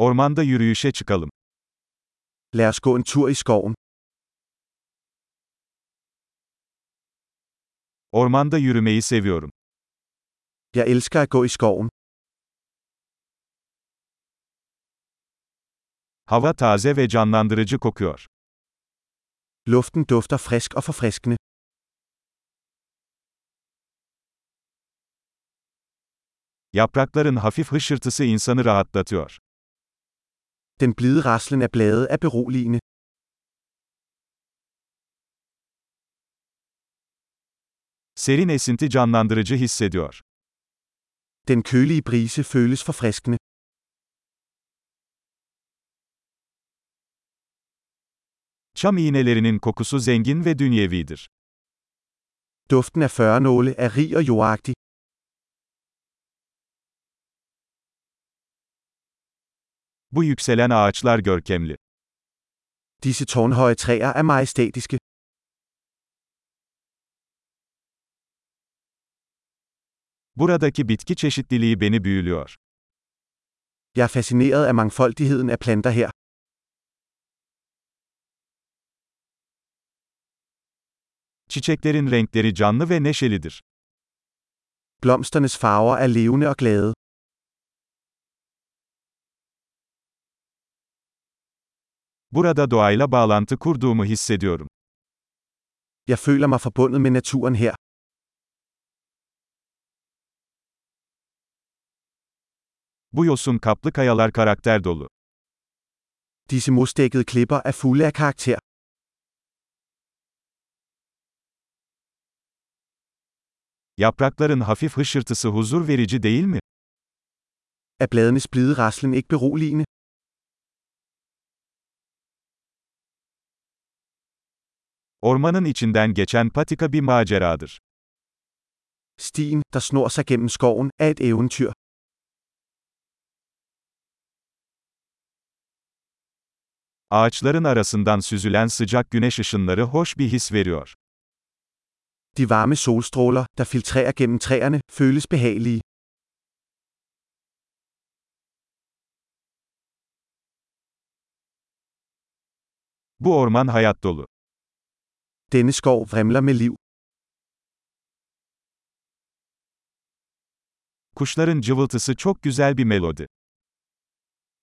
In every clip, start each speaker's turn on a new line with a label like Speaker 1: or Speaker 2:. Speaker 1: Ormanda yürüyüşe çıkalım.
Speaker 2: Lad os gå en tur i skoven.
Speaker 1: Ormanda yürümeyi seviyorum.
Speaker 2: Jeg elsker at gå i skoven.
Speaker 1: Hava taze ve canlandırıcı kokuyor.
Speaker 2: Luften dufter frisk og forfriskende.
Speaker 1: Yaprakların hafif hışırtısı insanı rahatlatıyor.
Speaker 2: Den blide raslen af blade er beroligende.
Speaker 1: Serin esinti canlandırıcı hissediyor.
Speaker 2: Den kølige brise føles forfriskende.
Speaker 1: Çam iğnelerinin kokusu zengin ve dünyevidir.
Speaker 2: Duften af førnåle er rig og jordagtig.
Speaker 1: Bu yükselen ağaçlar görkemli.
Speaker 2: Disse tårnhøje træer er majestætiske.
Speaker 1: Buradaki bitki çeşitliliği beni büyülüyor.
Speaker 2: Jeg er fascineret af mangfoldigheden af planter her.
Speaker 1: Çiçeklerin renkleri canlı ve neşelidir.
Speaker 2: Blomsternes farver er levende og glade.
Speaker 1: Burada doğayla bağlantı kurduğumu hissediyorum.
Speaker 2: Jeg føler mig forbundet med naturen her.
Speaker 1: Bu yosun kaplı kayalar karakter dolu.
Speaker 2: Disse mosdækkede klipper er fulde af karakter.
Speaker 1: Yaprakların hafif hışırtısı huzur verici değil mi?
Speaker 2: Er bladenes blide raslen ikke beroligende?
Speaker 1: Ormanın içinden geçen patika bir maceradır.
Speaker 2: Stien, der snor sig gennem skoven, er et eventyr.
Speaker 1: Ağaçların arasından süzülen sıcak güneş ışınları hoş bir his veriyor.
Speaker 2: De varme solstråler, der filtrerer gennem træerne, føles behagelige.
Speaker 1: Bu orman hayat dolu.
Speaker 2: Denne skov vrimler med liv.
Speaker 1: Kuşların cıvıltısı çok güzel bir melodi.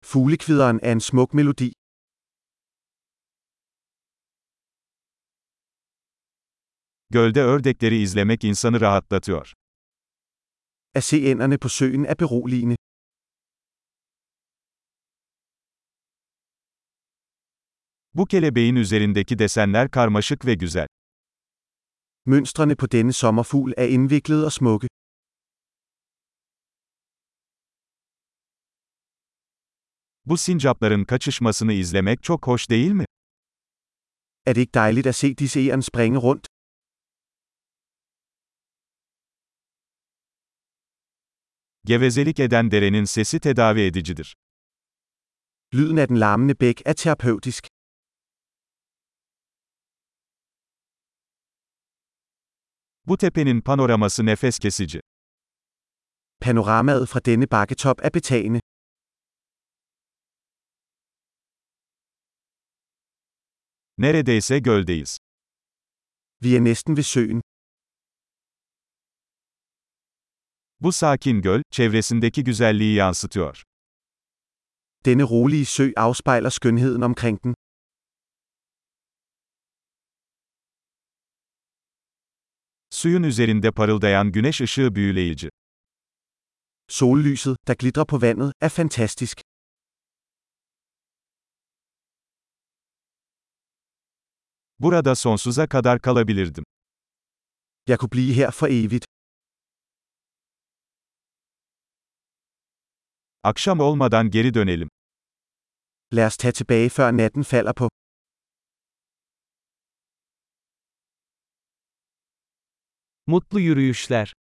Speaker 2: Fuglekvideren er en smuk melodi.
Speaker 1: Gölde ördekleri izlemek insanı rahatlatıyor.
Speaker 2: At se ænderne på søen er beroligende.
Speaker 1: Bu kelebeğin üzerindeki desenler karmaşık ve güzel.
Speaker 2: Mønstrene på denne sommerfugl er indviklede og smukke.
Speaker 1: Bu sincapların kaçışmasını izlemek çok hoş değil mi?
Speaker 2: Er det ikke dejligt at se disse æren springe rundt?
Speaker 1: Gevezelik eden derenin sesi tedavi edicidir.
Speaker 2: Lyden af den larmende bæk er terapeutisk.
Speaker 1: Bu tepenin panoraması nefes kesici.
Speaker 2: Panoramaet fra denne bakketop er betagende.
Speaker 1: Neredeyse göldeyiz.
Speaker 2: Vi er næsten ved søen.
Speaker 1: Bu sakin göl, çevresindeki güzelliği yansıtıyor.
Speaker 2: Denne rolige sø afspejler skønheden omkring den.
Speaker 1: Suyun üzerinde parıldayan güneş ışığı büyüleyici.
Speaker 2: Sollyset, der glitrer på vandet, er fantastisk.
Speaker 1: Burada sonsuza kadar kalabilirdim.
Speaker 2: Jeg kunne blive her for evigt.
Speaker 1: Akşam olmadan geri dönelim.
Speaker 2: Lad os tage tilbage, før natten falder på.
Speaker 3: Mutlu yürüyüşler.